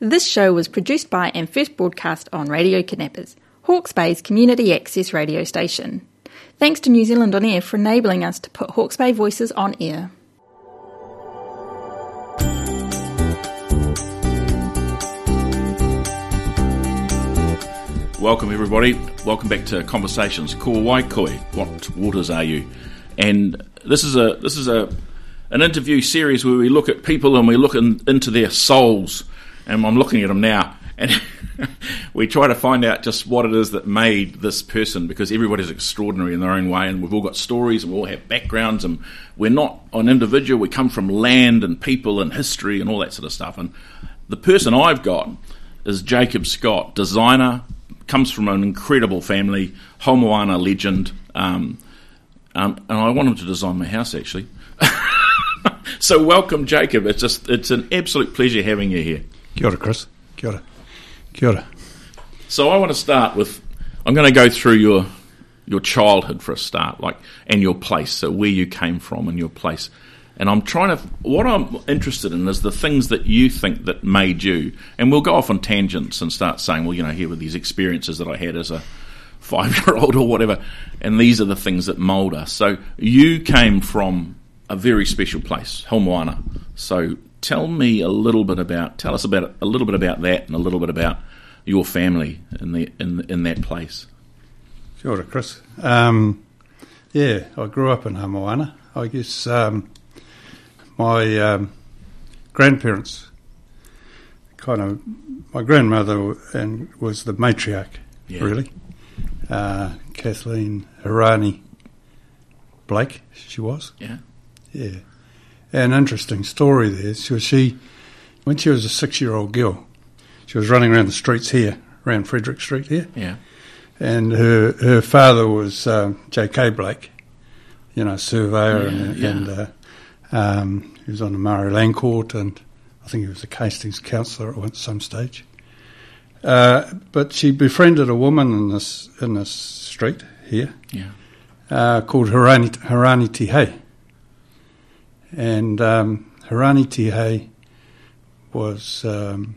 This show was produced by and first broadcast on Radio Kidnappers, Hawke's Bay's community access radio station. Thanks to New Zealand On Air for enabling us to put Hawke's Bay voices on air. Welcome, everybody. Welcome back to Conversations. Ko Waikoi. What waters are you? And this is a this is a an interview series where we look at people and we look in, into their souls. And I'm looking at them now, and we try to find out just what it is that made this person because everybody's extraordinary in their own way, and we've all got stories and we all have backgrounds, and we're not an individual. We come from land and people and history and all that sort of stuff. And the person I've got is Jacob Scott, designer, comes from an incredible family, Homoana legend. Um, um, and I want him to design my house actually. so welcome, Jacob. It's just it's an absolute pleasure having you here. Kia ora, Chris. Kia ora. Kia ora. So I want to start with I'm going to go through your your childhood for a start, like and your place, so where you came from and your place. And I'm trying to what I'm interested in is the things that you think that made you. And we'll go off on tangents and start saying, well, you know, here were these experiences that I had as a five year old or whatever, and these are the things that mould us. So you came from a very special place, Helmoana. So tell me a little bit about tell us about a little bit about that and a little bit about your family in the in in that place. Kia ora, Chris. Um, yeah, I grew up in Hamoana. I guess um, my um, grandparents kind of my grandmother w- and was the matriarch, Yeah. really. Uh, Kathleen Hirani Blake, she was. Yeah. Yeah. An interesting story there. So she, when she was a six-year-old girl, she was running around the streets here, around Frederick Street here, Yeah. and her her father was um, J.K. Blake, you know, Yeah, surveyor, and, yeah. and uh, um, he was on the Murray Land Court, and I think he was the Hastings councillor at one- some stage. Uh, but she befriended a woman in this in this street here, Yeah. uh, called Harani, Harani Tihei. And um, Harani Tihei was, um,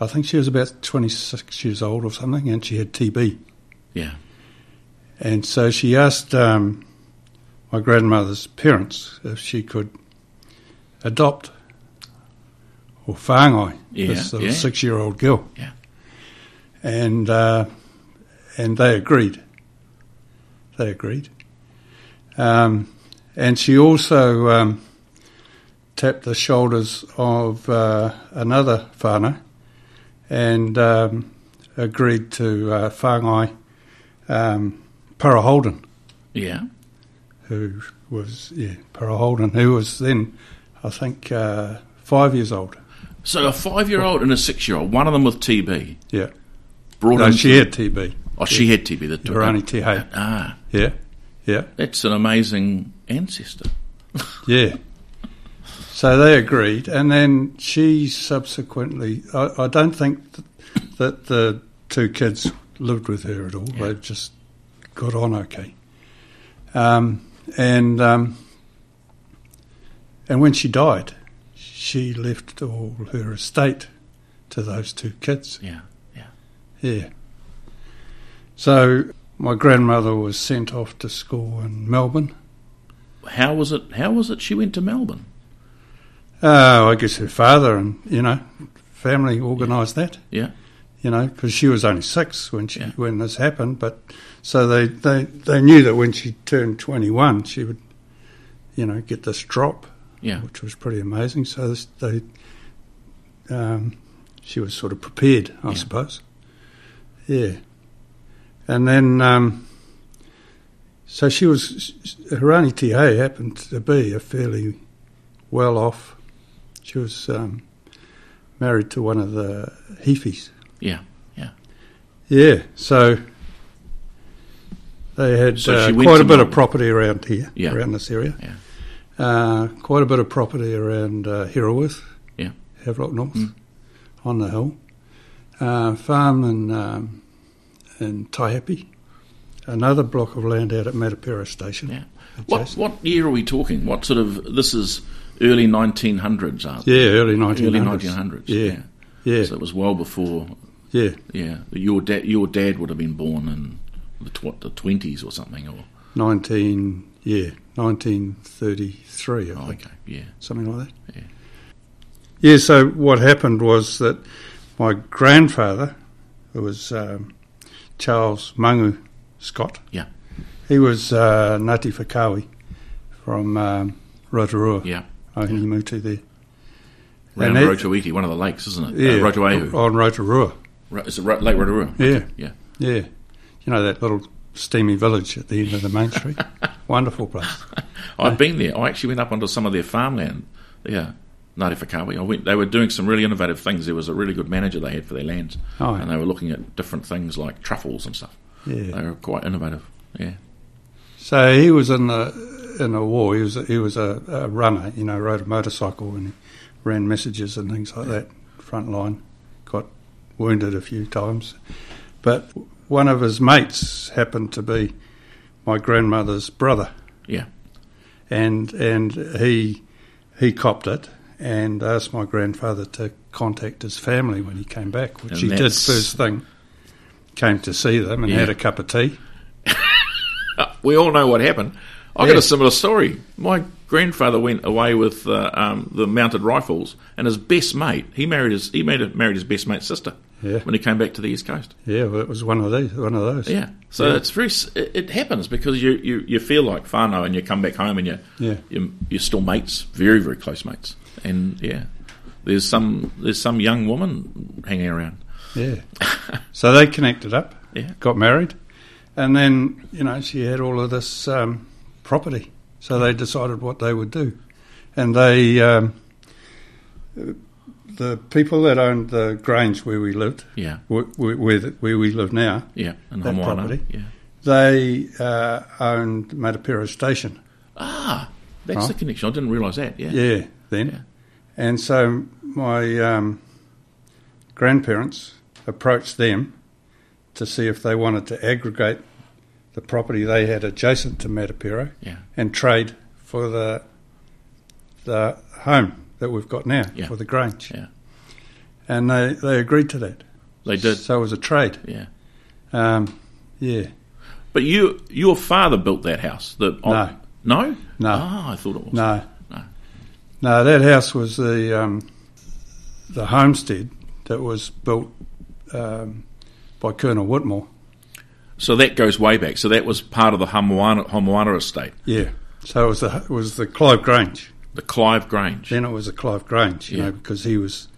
I think she was about 26 years old or something, and she had TB. Yeah. And so she asked um, my grandmother's parents if she could adopt or whāngai Yeah, this little yeah. six-year-old girl. Yeah. And uh, and they agreed. They agreed. Um, and she also um, tapped the shoulders of uh, another whānau and um, agreed to uh, whāngai um, Para Holden Yeah. who was yeah Para Holden, who was then I think uh, five years old. So a five-year-old and a six-year-old, one of them with TB, Yeah, brought no, in. she had TB. oh, she had TB. The Hirani Tehe. Ah, Yeah, yeah, that's an amazing ancestor. yeah. So they agreed, and then she subsequently. I, I don't think th- that the two kids lived with her at all. Yeah. They just got on okay. Um, and um, and when she died, she left all her estate to those two kids. Yeah. Yeah. So my grandmother was sent off to school in Melbourne. How was it? How was it? She went to Melbourne. Oh, I guess her father and you know family organised that. Yeah. You know, because she was only six when she Yeah. when this happened, but so they, they they knew that when she turned twenty one, she would, you know, get this drop, Yeah. which was pretty amazing. So this, they, um, she was sort of prepared, I Yeah. suppose. Yeah, and then um, so she was. Hirani Ta happened to be a fairly well off. She was um, married to one of the Hefis. Yeah, yeah. Yeah, so they had So uh, she went quite to a bit Melbourne. of property around here, Yeah. around this area. Yeah. Uh, quite a bit of property around uh, Hereworth, Yeah. Havelock North, Mm. on the hill. Uh, farm in, um, in Taihapi, another block of land out at Matapera Station. Yeah. What adjacent. what year are we talking? What sort of this is early nineteen hundreds? uh, Yeah, early 1900s. early nineteen hundreds. Yeah. Yeah. So it was well before. yeah. Yeah, your dad your dad would have been born in the tw- what the twenties or something, or 19, yeah, 1933, I oh, think, okay, yeah, something like that. Yeah. Yeah, so what happened was that my grandfather, who was um, Charles Mangu Scott, Yeah. he was uh, Ngāti Whakawi from um, Rotorua, Oh, yeah. Ohinimutu there. Round it- Rotoiti, one of the lakes, isn't it? Uh, Rotoahu. on Rotorua, Ro- Is it Ro- Lake Rotorua? yeah, yeah. yeah. You know that little steamy village at the end of the main street? Wonderful place. I've been there. I actually went up onto some of their farmland. Yeah, Ngāti Whakawi. I went. They were doing some really innovative things. There was a really good manager they had for their lands, Oh, and they were looking at different things like truffles and stuff. yeah. They were quite innovative. Yeah, So he was in the in the war. He was he was a, a runner. You know, rode a motorcycle and he ran messages and things like that. Front line, got wounded a few times, but one of his mates happened to be my grandmother's brother. Yeah. and and he he copped it and asked my grandfather to contact his family when he came back, which And he did that's- first thing. Came to see them and Yeah. had a cup of tea. we all know what happened. I Yeah. got a similar story. My grandfather went away with uh, um, the mounted rifles, and his best mate he married his he married, married his best mate's sister Yeah. when he came back to the east coast. Yeah, well, it was one of these, one of those. Yeah, so Yeah. it's very s- it, it happens because you, you, you feel like Fano, and you come back home and you Yeah. you you're still mates, very very close mates, and yeah, there's some there's some young woman hanging around. Yeah. so they connected up, Yeah. got married, and then, you know, she had all of this um, property. So they decided what they would do. And they, um, the people that owned the Grange where we lived, Yeah, where, where, the- where we live now, yeah, and That Hamoana, property. Yeah, they uh, owned Matapera Station. ah, that's Right. the connection. I didn't realise that. Yeah, Yeah, then. Yeah. And so my um, grandparents approached them to see if they wanted to aggregate the property they had adjacent to Matapero Yeah. and trade for the the home that we've got now Yeah. for the Grange. Yeah. And they, they agreed to that. they did. So it was a trade. Yeah. Um, yeah. But you, your father built that house. The, No. no, no. No. Ah, I thought it was. No. No. No, that house was the um, the homestead that was built um, by Colonel Whitmore. So that goes way back. So that was part of the Hamoana, Hamoana estate, Yeah. So it was the it was the Clive Grange. the Clive Grange. Then it was the Clive Grange, you Yeah. know, because he was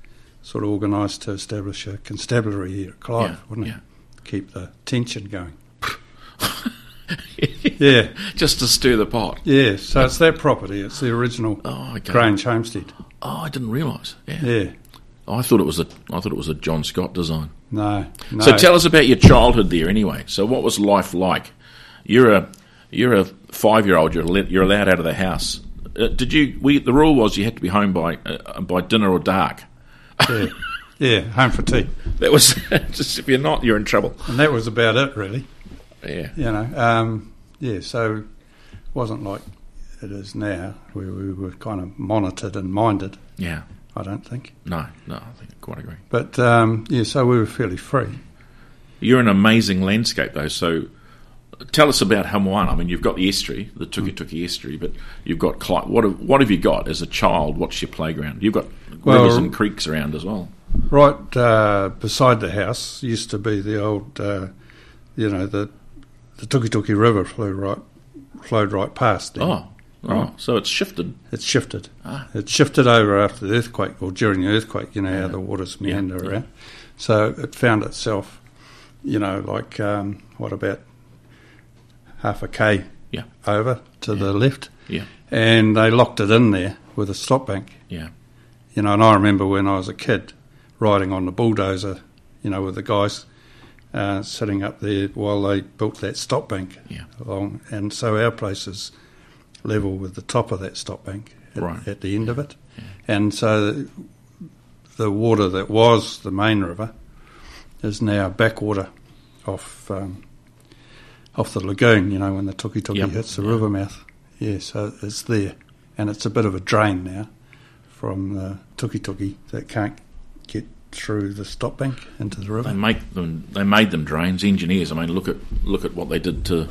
sort of organised to establish a constabulary here at Clive, Yeah, wouldn't he? yeah. Keep the tension going. yeah, Just to stir the pot. yeah. So it's that property. It's the original Oh, okay. Grange homestead. Oh, I didn't realise. Yeah. Yeah. I thought it was a. I thought it was a John Scott design. No. no. So tell us about your childhood there, anyway. So what was life like? You're a you're a five year old. You're let, you're allowed out of the house. Uh, did you? We the rule was you had to be home by uh, by dinner or dark. Yeah. yeah. Home for tea. That was just if you're not, you're in trouble. And that was about it, really. Yeah. You know, um, yeah. So it wasn't like it is now, where we were kind of monitored and minded. Yeah. I don't think. No, no, I think I quite agree. But um, yeah, so we were fairly free. You're an amazing landscape, though. So tell us about Hamoana. I mean, you've got the estuary, the Tukituki estuary, but you've got Clyde. What have, what have you got as a child? What's your playground? You've got Well- rivers and creeks around as well. Right uh, beside the house used to be the old, uh, you know, the the Tukituki River flew right flowed right past. Then. Oh, oh, so it's shifted. It shifted. Ah. It shifted over after the earthquake or during the earthquake, you know, how the waters Yeah, meander yeah. around. So it found itself, you know, like, um, what about half a K Yeah. over to the left? Yeah. And they locked it in there with a stop bank. Yeah. You know, and I remember when I was a kid riding on the bulldozer, you know, with the guys uh, sitting up there while they built that stop bank Yeah. along. And so our place is level with the top of that stop bank at, Right. at the end of it. And so the, the water that was the main river is now backwater off um, off the lagoon, you know, when the Tukituki Yep. hits the Yeah. river mouth. Yeah, so it's there. And it's a bit of a drain now from the Tukituki that can't get through the stop bank into the river. They make them. They made them drains. Engineers. I mean, look at look at what they did to,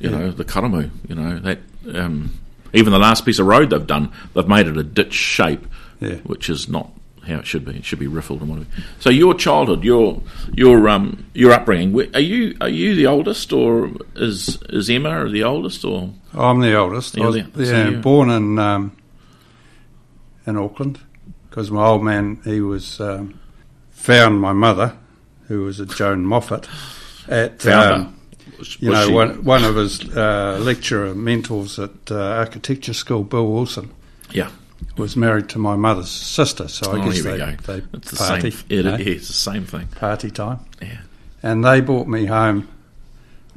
you Yeah. know, the Karamu. You know that um, even the last piece of road they've done, they've made it a ditch shape, Yeah. which is not how it should be. It should be riffled and whatever. So your childhood, your your um your upbringing. wh- Are you are you the oldest, or is is Emma the oldest, or I'm the oldest. I You're was the- so yeah, you- born in um, in Auckland because my old man he was um, found my mother, who was a Joan Moffat, at Found um, was- you was know she- one, one of his uh, lecturer mentors at uh, architecture school, Bill Wilson. Yeah. was married to my mother's sister, so I Oh, guess here we they, go. they It's the party same. It, eh? yeah, it's the same thing. party time. Yeah. and they brought me home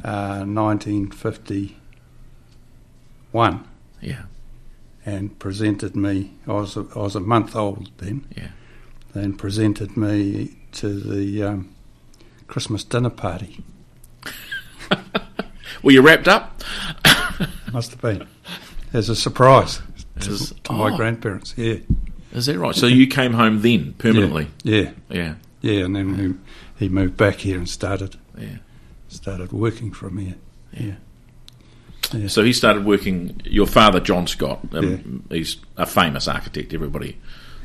uh, 1951 Yeah. and presented me. I was a, I was a month old then. Yeah. And presented me to the um, Christmas dinner party. Were you wrapped up? Must have been as a surprise to, As- to my oh. grandparents. Yeah, Is that right? So you came home then permanently? Yeah, Yeah. yeah. And then he, he moved back here and started Yeah. started working from here. Yeah. Yeah. So he started working. Your father, John Scott, um, he's a famous architect. Everybody,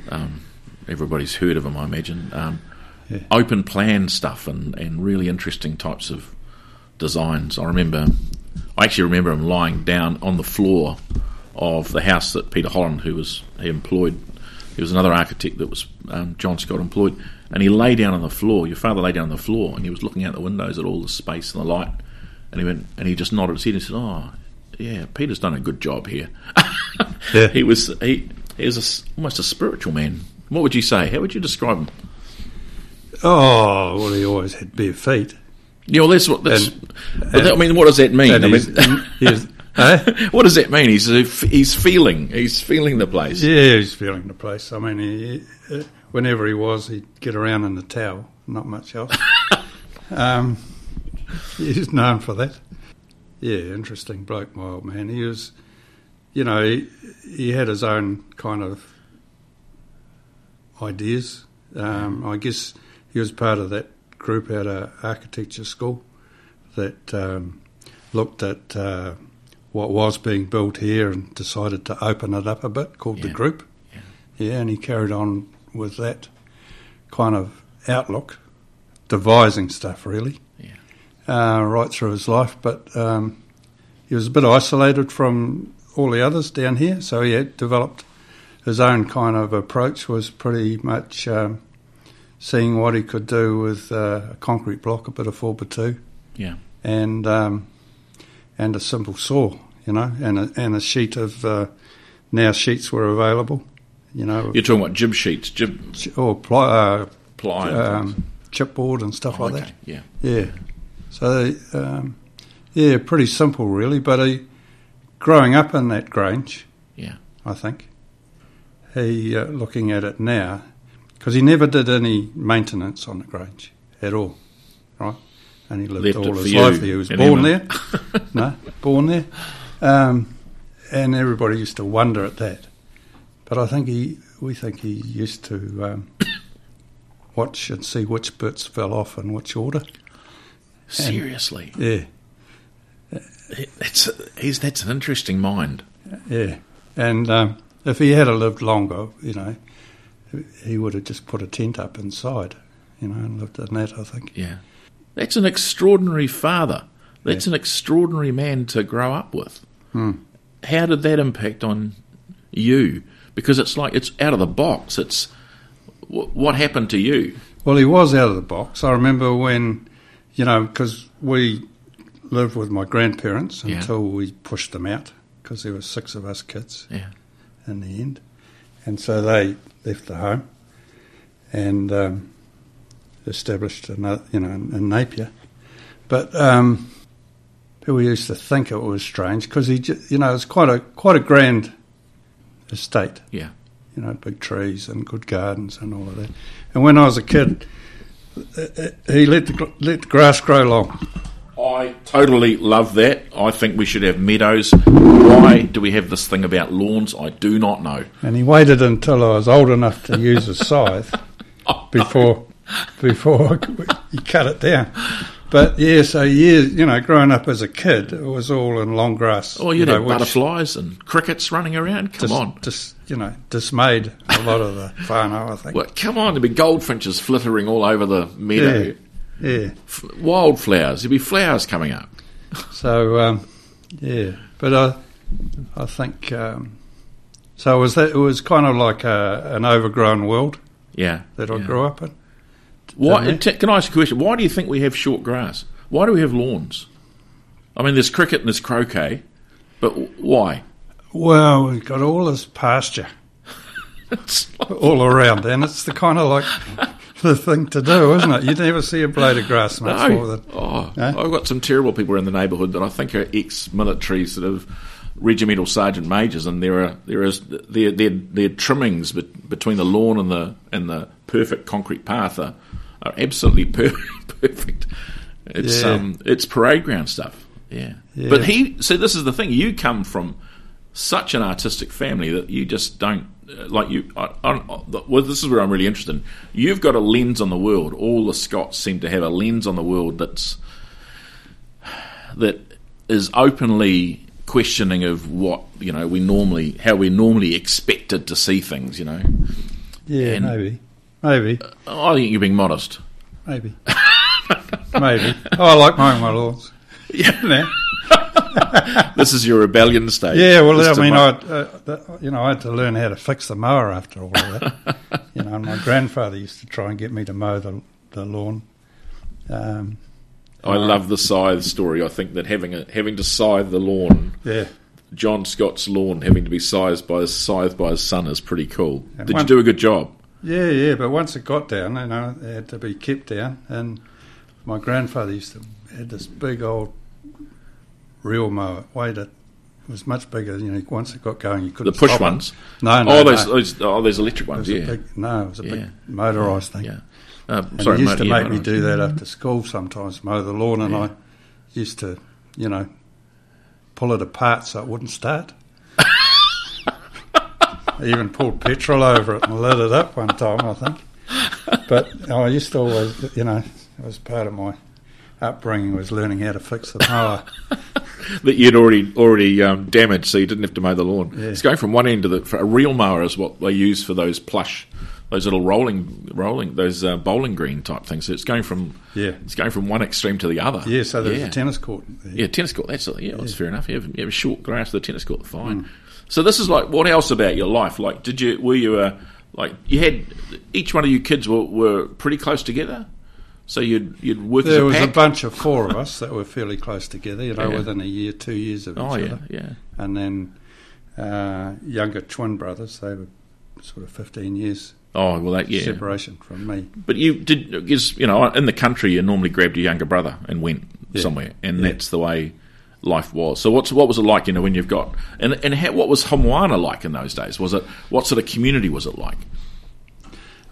um, everybody's heard of him, I imagine. Um, Yeah. Open plan stuff and, and really interesting types of designs. I remember, I actually remember him lying down on the floor of the house that Peter Holland, who was he employed, he was another architect that was um, John Scott employed, and he lay down on the floor. Your father lay down on the floor, and he was looking out the windows at all the space and the light, and he went and he just nodded his head and said, "Oh, yeah, Peter's done a good job here." Yeah. He was he he was a s almost a spiritual man. What would you say? How would you describe him? Oh, well, he always had bare feet. Yeah, well, that's what. That's, And- but that, I mean, what does that mean? And I he's, mean, he's- eh? what does that mean? He's he's feeling he's feeling the place. Yeah, he's feeling the place. I mean, he, uh, whenever he was, he'd get around in the towel, not much else. um, he's known for that. Yeah, interesting bloke, my old man. He was, you know, he, he had his own kind of ideas. Um, I guess he was part of that group at a architecture school that um, looked at uh, what was being built here and decided to open it up a bit, called the Yeah. group. Yeah. yeah, and he carried on with that kind of outlook, devising stuff really uh, right through his life, but um, he was a bit isolated from all the others down here, so he had developed his own kind of approach. Was pretty much um, seeing what he could do with uh, a concrete block, a bit of four by two, Yeah. and um, and a simple saw, you know, and a, and a sheet of uh, now sheets were available, you know, You're talking about jib sheets, jib ch- or ply, uh, ply, and things. um, chipboard and stuff Oh, like that. okay. Yeah. Yeah. So, um, yeah, pretty simple, really. But he, growing up in that Grange, Yeah. I think, he, uh, looking at it now, because he never did any maintenance on the Grange at all, right? And he lived Left all it his for life you there. He was and born Emma. there. no, born there. Um, and everybody used to wonder at that. But I think he, we think he used to um, watch and see which bits fell off in which order. Seriously, Yeah. it's he's that's an interesting mind. Yeah, and um, if he had have lived longer, you know, he would have just put a tent up inside, you know, and lived in that. I think. Yeah. That's an extraordinary father. That's an extraordinary man to grow up with. Hmm. How did that impact on you? Because it's like it's out of the box. It's wh- what happened to you. Well, he was out of the box. I remember when, you know, because we lived with my grandparents Yeah. until we pushed them out because there were six of us kids Yeah. in the end, and so they left the home and um, established another, you know, in, in Napier. But um, people used to think it was strange because he, ju- you know, it's quite a quite a grand estate. Yeah. You know, big trees and good gardens and all of that. And when I was a kid, uh, uh, he let the gr- let the grass grow long. I totally love that. I think we should have meadows. Why do we have this thing about lawns? I do not know. Oh, And he waited until I was old enough to use a scythe before before you cut it down. But yeah, so years, you know, growing up as a kid, it was all in long grass. Or you'd know, have which Oh, butterflies and crickets running around. Come dis- on. dis- you know, dismayed a lot of the whānau, I think. Well, come on, there'd be goldfinches flittering all over the meadow. Yeah, yeah. F- wildflowers, there'd be flowers coming up. So um, yeah, but I, I think um, so. It was that it was kind of like a, an overgrown world Yeah. that I yeah. grew up in. Why, Didn't t- can I ask you a question? Why do you think we have short grass? Why do we have lawns? I mean, there's cricket and there's croquet, but w- why? Well, we've got all this pasture It's like- all around, and it's the kind of like the thing to do, isn't it? You never see a blade of grass much more no. than Oh, No? I've got some terrible people in the neighbourhood that I think are ex-military sort of regimental sergeant majors, and there are there is their their, their trimmings bet- between the lawn and the and the perfect concrete path are, are absolutely per- perfect. It's Yeah. um it's parade ground stuff. Yeah. Yeah. but he see this is the thing. You come from such an artistic family that you just don't. uh, Like you, I, I, I- well, this is where I'm really interested. in. You've got a lens on the world. All the Scots seem to have a lens on the world that's that is openly questioning of what you know we normally how we're normally expected to see things. You know, yeah, And- maybe, maybe, I think you're being modest. maybe, maybe. Oh, I like mowing my lawns. Yeah. Now. This is your rebellion stage. Yeah, well, Just I to mean, mo- I uh, that- you know I had to learn how to fix the mower after all of that. you know, and my grandfather used to try and get me to mow the the lawn. Um, I love the scythe story. I think that having a, having to scythe the lawn yeah, John Scott's lawn having to be sized by his scythe by his son is pretty cool. And Did one- you do a good job? yeah, yeah. But once it got down, you know, it had to be kept down. And my grandfather used to had this big old reel mower. It Weighed it. It was much bigger. You know, once it got going, you The couldn't. push stop it. ones? No, no, oh, no. those, those oh those electric It ones, was yeah, a big, no, it was a Yeah. big motorised thing. yeah. Uh, And sorry, he used mo- to yeah, make me motorised. do that after school sometimes, mow the lawn, and I used to, you know, pull it apart so it wouldn't start. I even poured petrol over it and lit it up one time, I think. But I used to always, you know, it was part of my upbringing was learning how to fix the mower. that you'd already already um, damaged, so you didn't have to mow the lawn. Yeah. It's going from one end to the for a real mower is what they use for those plush, those little rolling rolling those uh, bowling green type things. So it's going from Yeah. it's going from one extreme to the other. Yeah, so there was Yeah. a tennis court. There. Yeah, tennis court. That's yeah, that's fair enough. You have, you have short grass to the tennis court. Fine. Mm. So this is like what else about your life? Like, did you were you a like you had each one of you kids were, were pretty close together, so you'd you'd work as There a was a pack. bunch of four of us that were fairly close together, you know, Yeah. within a year, two years of each oh other. yeah, yeah. and then uh, younger twin brothers. They were sort of 15 years Oh well, that yeah. separation from me. But you did is you know in the country you normally grabbed your younger brother and went Yeah. somewhere, and Yeah. that's the way life was. So what's what was it like? You know when you've got and and how, what was Homwana like in those days? Was it what sort of community was it like?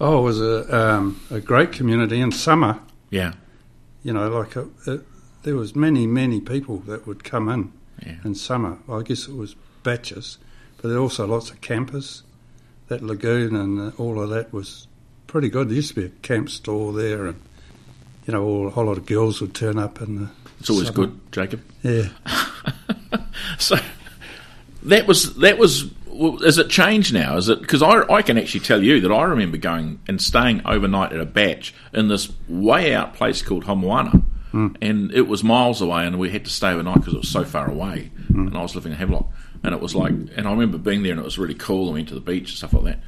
Oh, it was a, um, a great community in summer. Yeah, You know, like it, it, there was many, many people that would come in Yeah. in summer. I guess it was batches, but there were also lots of campers. That lagoon and uh, all of that was pretty good. There used to be a camp store there, and you know, all, a whole lot of girls would turn up in the. it's always summer. good, Jacob. Yeah. So that was that was. well, Has it changed now? Is it because I, I can actually tell you that I remember going and staying overnight at a batch in this way out place called Homoana, and it was miles away, and we had to stay overnight because it was so far away, and I was living in Havelock, and it was like, and I remember being there, and it was really cool, and we went to the beach and stuff like that,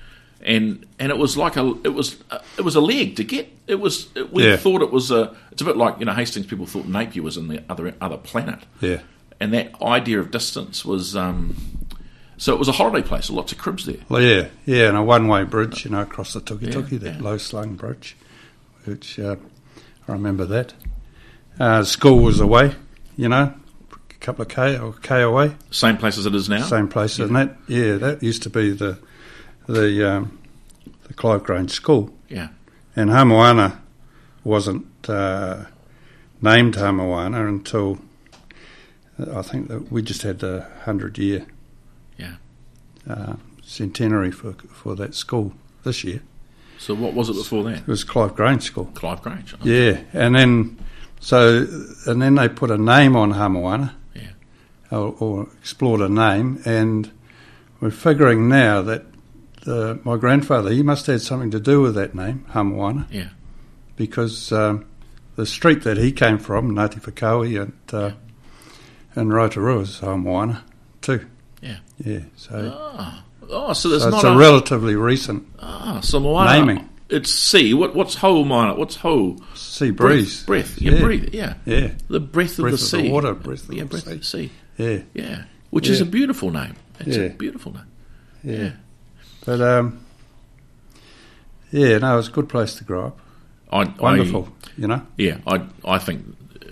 and and it was like a it was a, it was a leg to get it was it, we Yeah. thought it was a it's a bit like you know Hastings people thought Napier was in the other other planet, Yeah. and that idea of distance was um, so it was a holiday place, lots of cribs there. Well, yeah, yeah, and a one-way bridge, you know, across the Tuki Tuki, Yeah, that yeah. low-slung bridge, which uh, I remember that. Uh, school was away, you know, a couple of k or k away, Same place as it is now. same place, and that, yeah, that used to be the the um, the Clive Grange School, Yeah. and Hamoana wasn't uh, named Hamoana until uh, I think that we just had the hundred-year Yeah. uh, centenary for for that school this year. So what was it before that? It was Clive Grange School. Clive Grange. Oh, Yeah, and then so and then they put a name on Hamoana, Yeah. or, or explored a name, and we're figuring now that the, my grandfather he must have had something to do with that name Hamoana, Yeah. because um, the street that he came from, Ngāti Whakaui and uh, and Rotorua is Hamoana too. Yeah. yeah. So, Ah. Oh, so there's so not it's a, a, relatively recent ah, so Moana, Naming. It's sea. What, what's ho, Moana? What's ho? sea breeze. Breath. Yeah, Yeah. breathe. Yeah. Yeah, The breath of Breath the of the sea. water, breath of yeah, the breath sea. of the sea. yeah, Yeah. Which is a Yeah. beautiful name. It's a Yeah. beautiful name. yeah. Yeah. But um, yeah, no, it was a good place to grow up. I, Oh, Wonderful, you know. I, yeah. I, I think.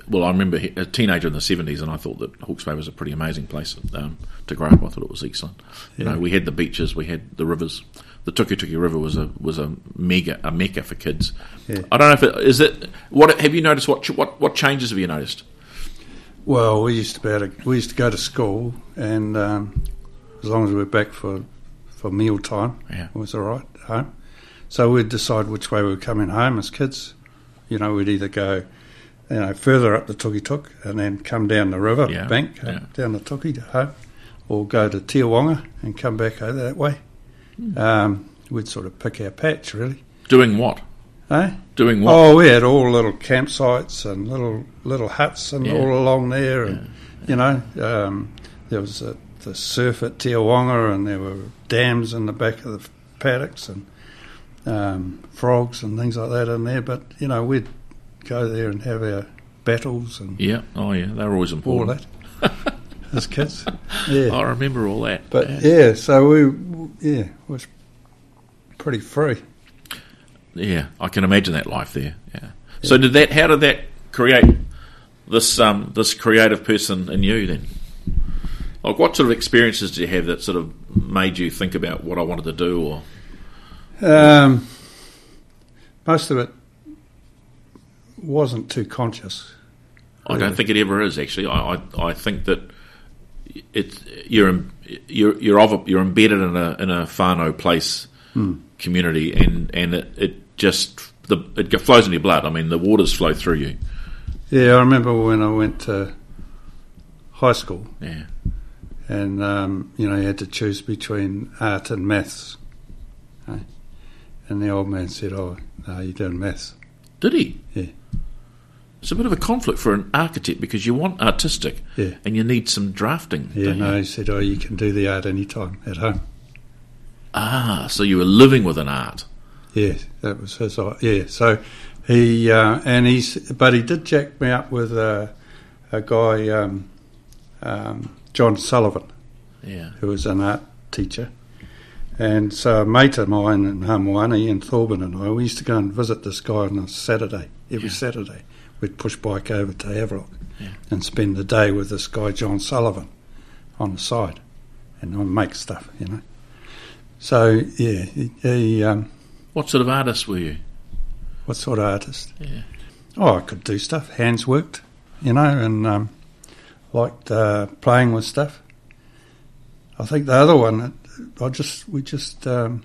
Well, I remember he- a teenager in the seventies, and I thought that Hawke's Bay was a pretty amazing place um, to grow up. I thought it was excellent. You know, Yeah. we had the beaches, we had the rivers. The Tukituki River was a was a mega a mecca for kids. Yeah. I don't know if it is it. What have you noticed? What ch- what what changes have you noticed? Well, we used to be able to, we used to go to school, and um, as long as we were back for for meal time, Yeah. it was all right at home. So we'd decide which way we were coming home as kids. You know, we'd either go, you know, further up the Tukituk and then come down the river Yeah, bank, uh, yeah. down the Tuki to home, or go to Tiawonga and come back over that way. Um, we'd sort of pick our patch, really. Doing what? Eh? Doing what? Oh, we had all little campsites and little little huts and Yeah. all along there, and you know, um, there was a, the surf at Tiawonga, and there were dams in the back of the paddocks and um, frogs and things like that in there. But you know, we'd go there and have our battles and Yeah. Oh yeah. They were always all important. that as kids. Yeah, I remember all that. but yeah. yeah, so we yeah it was pretty free. Yeah, I can imagine that life there. Yeah. So did that? How did that create this um, this creative person in you then? Like, what sort of experiences did you have that sort of made you think about what I wanted to do? Or Um, most of it wasn't too conscious. I don't Really? think it ever is actually. I I, I think that it's you're em- you're you're of a, you're embedded in a in a whānau place community, and and it, it just the it flows in your blood. I mean, the waters flow through you. Yeah, I remember when I went to high school, Yeah. and um, you know, you had to choose between art and maths. eh? And the old man said, "Oh, no, you're doing maths." Did he? Yeah. It's a bit of a conflict for an architect because you want artistic Yeah. and you need some drafting. Yeah, don't you? no, he said, "Oh, you can do the art anytime at home." Ah, so you were living with an art. Yeah, that was his. i- Yeah, so he uh, and he's, but he did jack me up with a, a guy, um, um, John Sullivan, Yeah. who was an art teacher, and so a mate of mine in Hamoani, and Thorburn and I, we used to go and visit this guy on a Saturday. Every Yeah. Saturday, we'd push bike over to Havelock Yeah. and spend the day with this guy John Sullivan on the side, and I'd make stuff, you know. So yeah, he. he um, What sort of artist were you? What sort of artist? Yeah. Oh, I could do stuff, hands worked, you know, and um, liked uh, playing with stuff. I think the other one, I just we just um,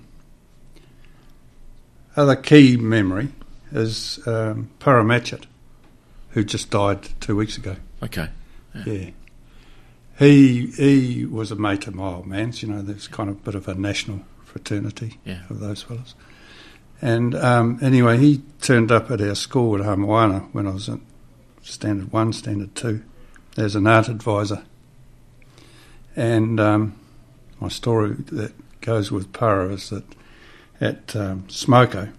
other key memory is um, Paramatchet, who just died two weeks ago. Okay. Yeah. He he was a mate of my old man's, you know, there's kind of a bit of a national fraternity Yeah. of those fellas. And um, anyway, he turned up at our school at Hamoana when I was in standard one, standard two, as an art advisor. And um, my story that goes with Para is that at um, Smoko,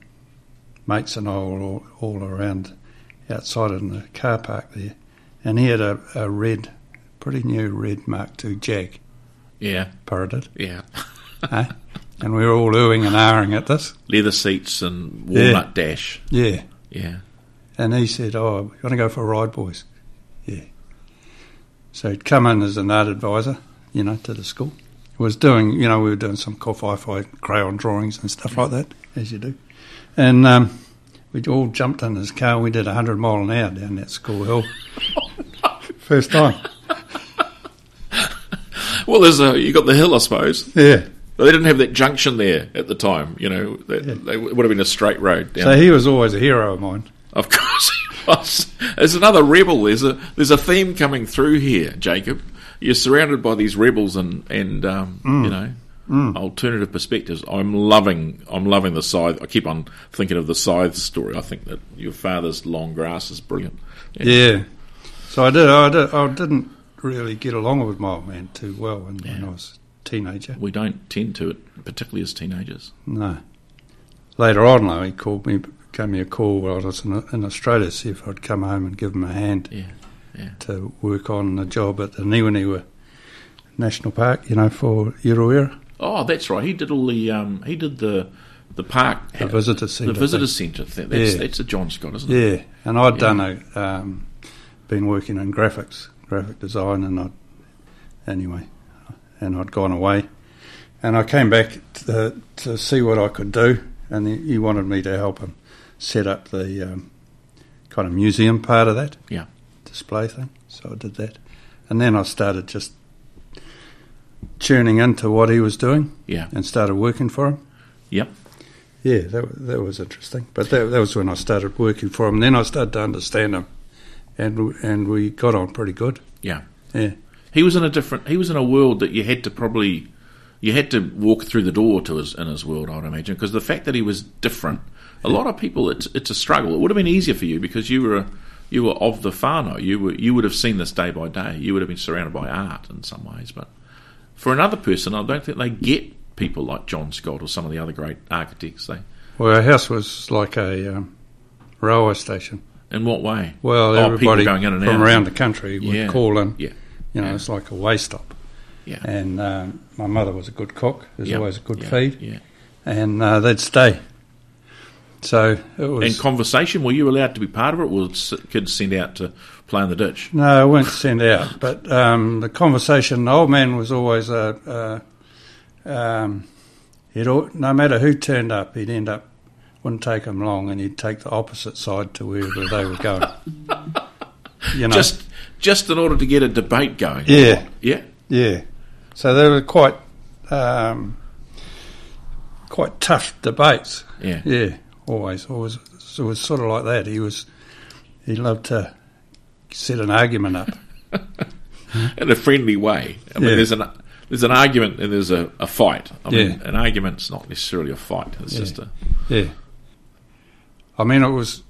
mates and I were all, all around outside in the car park there, and he had a, a red, pretty new red Mark II Jag, Yeah. Para did, Yeah. eh? and we were all oohing and ahhing at this. Leather seats and Yeah. walnut dash. Yeah. Yeah. And he said, Oh, you want to go for a ride, boys? Yeah. So he'd come in as an art advisor, you know, to the school. Was doing, you know, we were doing some fi fi crayon drawings and stuff like that, as you do. And um, we all jumped in his car. We did 100 mile an hour down that school hill. First time. Well, there's a you got the hill, I suppose. Yeah. But they didn't have that junction there at the time. You know, they, they would have been a straight road down. So he was always a hero of mine. Of course he was. There's another rebel. There's a there's a theme coming through here, Jacob. You're surrounded by these rebels and and um, Mm. you know alternative perspectives. I'm loving I'm loving the scythe. I keep on thinking of the scythe story. I think that your father's long grass is brilliant. Yeah. So I did. I did. I didn't really get along with my old man too well when, when I was a teenager. We don't tend to it, particularly as teenagers. No. Later on, though, he called me, gave me a call while I was in, in Australia, to see if I'd come home and give him a hand Yeah, yeah. to work on a job at the Niwaniwa National Park, you know, for Euroera, Oh, that's right. He did all the um, he did the the park the visitor centre. the thing. visitor centre. thing. That's Yeah. that's a John Scott, isn't it? Yeah, and i had Yeah. done a um, been working in graphics, graphic design, and I would anyway, and I'd gone away, and I came back to, to see what I could do, and he, he wanted me to help him set up the um, kind of museum part of that, Yeah. display thing. So I did that, and then I started just tuning into what he was doing, Yeah. and started working for him. Yep. Yeah, that wa- that was interesting. But that that was when I started working for him. Then I started to understand him, and w- and we got on pretty good. Yeah. Yeah, He was in a different. He was in a world that you had to probably, you had to walk through the door to his in his world. I would imagine because the fact that he was different, a lot of people, it's it's a struggle. It would have been easier for you because you were a, you were of the Fano. You were you would have seen this day by day. You would have been surrounded by art in some ways. But for another person, I don't think they get people like John Scott or some of the other great architects. They well, our house was like a um, railway station. in what way? Well, Oh, people everybody going in and from out. around the country would Yeah. call in. Yeah. You know, Yeah. it's like a way stop. Yeah. And um, my mother was a good cook. There's Yeah. always a good Yeah. feed, Yeah. and uh, they'd stay. So it was And conversation, were you allowed to be part of it, or were s- kids sent out to play in the ditch? No, I weren't sent out, but um, the conversation. The old man was always a. Uh, um, he'd al- no matter who turned up, he'd end up. Wouldn't take him long, and he'd take the opposite side to wherever they were going. You know, Just, just in order to get a debate going. yeah, yeah, yeah. So they were quite, um, quite tough debates. yeah. Yeah, always, always. So it was sort of like that. He was, he loved to set an argument up. in a friendly way. I mean, Yeah. there's an there's an argument and there's a, a fight. I mean, Yeah. an argument's not necessarily a fight. It's just a Yeah. I mean, it was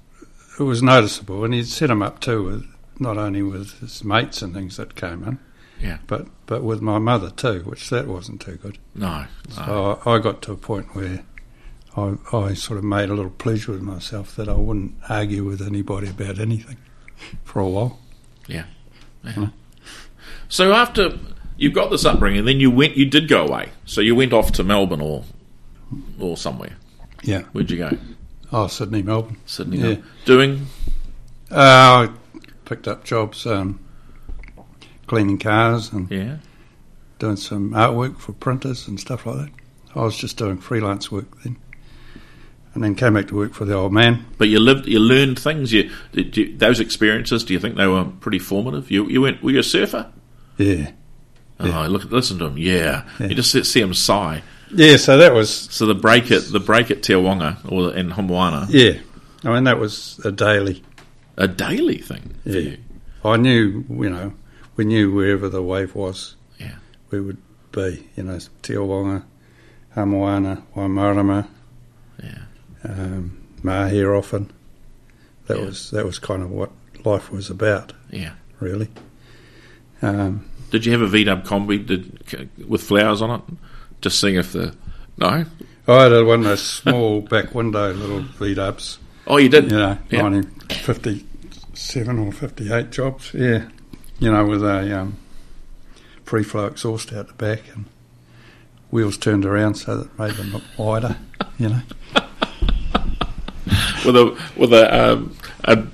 it was noticeable, and he'd set him up too with not only with his mates and things that came in, yeah. but but with my mother too, which that wasn't too good. No, no. So I, I got to a point where I, I sort of made a little pledge with myself that I wouldn't argue with anybody about anything for a while. yeah. yeah. So after you've got this upbringing, then you went. You did go away. So you went off to Melbourne or or somewhere. Yeah. Where'd you go? Oh, Sydney, Melbourne. Sydney. Yeah. no? Doing Uh, I picked up jobs um, cleaning cars and yeah. doing some artwork for printers and stuff like that. I was just doing freelance work then, and then came back to work for the old man. But you lived, you learned things. You, did you those experiences. Do you think they were pretty formative? You, you went. Were you a surfer? Yeah, Oh, look, listen to him. Yeah. you just see, see him sigh. yeah. So that was So the break at the break at Te Wanga or in Homwana, yeah. I mean, that was a daily. a daily thing for Yeah. you. I knew, you know, we knew wherever the wave was, Yeah. we would be. You know, Te Wanga, Hamoana, Waimarama, Yeah. um, Mahir often. That Yeah. was that was kind of what life was about, Yeah. really. Um, Did you have a V Dub combi did, with flowers on it? Just seeing if the no. Oh, I had a- one of those small back window little lead ups. Oh, you did. you know, Yeah. 1957 or 58 jobs. Yeah. You know, with a um, free flow exhaust out the back and wheels turned around so that it made them look wider, you know. With a with a um, a,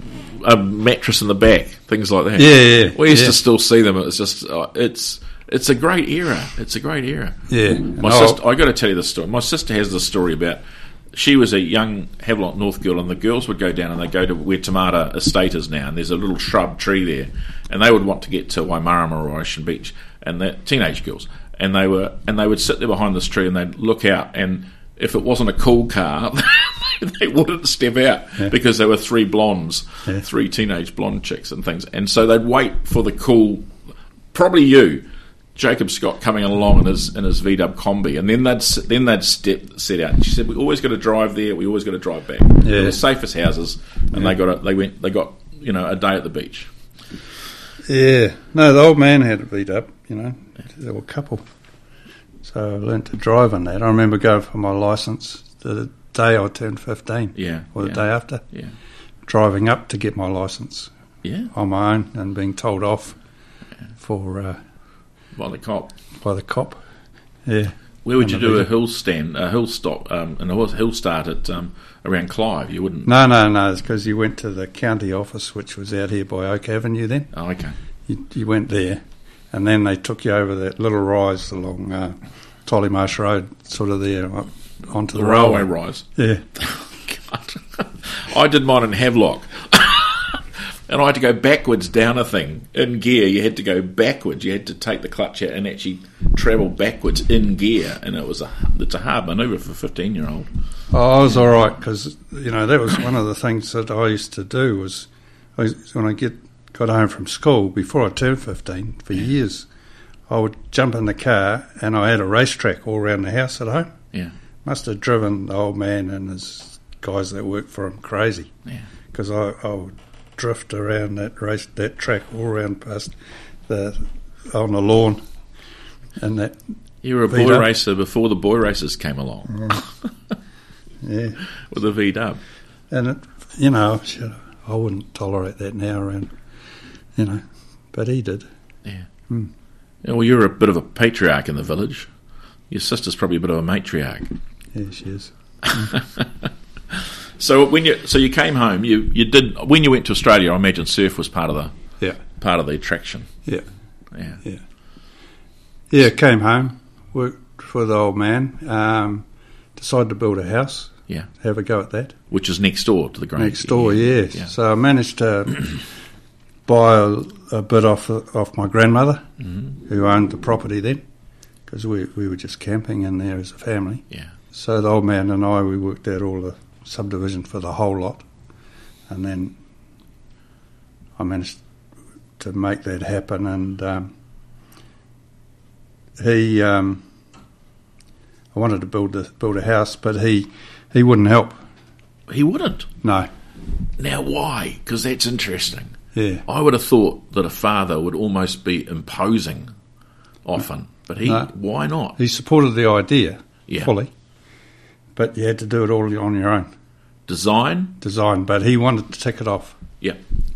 a mattress in the back, things like that. Yeah, yeah. We used yeah, to still see them. It's just uh, it's it's a great era. It's a great era. Yeah. And My I- sister, I got to tell you this story. My sister has this story about she was a young Havelock North girl, and the girls would go down and they go to where Tamata Estate is now, and there's a little shrub tree there, and they would want to get to Waimarama or Ocean Beach, and the teenage girls, and they were and they would sit there behind this tree and they'd look out and if it wasn't a cool car they wouldn't step out Yeah. because they were three blondes Yeah. three teenage blonde chicks and things and so they'd wait for the cool probably you Jacob Scott coming along in his in his VW combi, and then they'd s- then they'd step set out. And she said, "We always got to drive there. We always got to drive back. They're the safest houses." And they got a, they went they got you know a day at the beach. Yeah. No, the old man had it beat up, you know. They were a couple. So I learnt to drive on that. I remember going for my licence the day I turned 15 Yeah, or the yeah, day after, yeah, driving up to get my licence yeah. on my own and being told off for uh, By the cop. by the cop. Yeah. Where would And you the do a vision. hill stand, a hill stop, um, and a hill- hill start at um, around Clive? You wouldn't. No, no, no. It's because you went to the county office, which was out here by Oak Avenue then. Oh, okay. you, you went there, and then they took you over that little rise along uh, Tolly Marsh Road, sort of there up onto The, the, railway rise. Yeah, God. I did mine in Havelock, and I had to go backwards down a thing in gear. You had to go backwards. You had to take the clutch out and actually travel backwards in gear, and it was a it's a hard manoeuvre for a fifteen year old. Oh, I was all right because you know that was one of the things that I used to do was I, used- when I get got home from school before I turned fifteen for years, I would jump in the car and I had a racetrack all around the house at home. Yeah. must have driven the old man and his guys that worked for him crazy. Yeah. because I, I would drift around that race that track all around past the on the lawn and that You were a boy VW. racer before the boy racers came along yeah with a V Dub. and it you know shit, I wouldn't tolerate that now around you know but he did Yeah, well, you're a bit of a patriarch in the village. Your sister's probably a bit of a matriarch. yeah she is So when you so you came home, you, you did when you went to Australia. I imagine surf was part of the yeah part of the attraction. yeah Yeah, yeah came home worked for the old man um, decided to build a house Yeah. have a go at that which is next door to the Grange. next door. Yes. yeah. So I managed to buy a, a bit off off my grandmother, Mm-hmm. who owned the property then, because we we were just camping in there as a family. Yeah. So the old man and I we worked out all the subdivision for the whole lot, and then I managed to make that happen. And um, he, um, I wanted to build a, build a house, but he he wouldn't help. He wouldn't. No. Now why? Because that's interesting. Yeah. I would have thought that a father would almost be imposing, often. But he, No. why not? He supported the idea Yeah. fully, but you had to do it all on your own Design. design. But he wanted to tick it off. Yeah.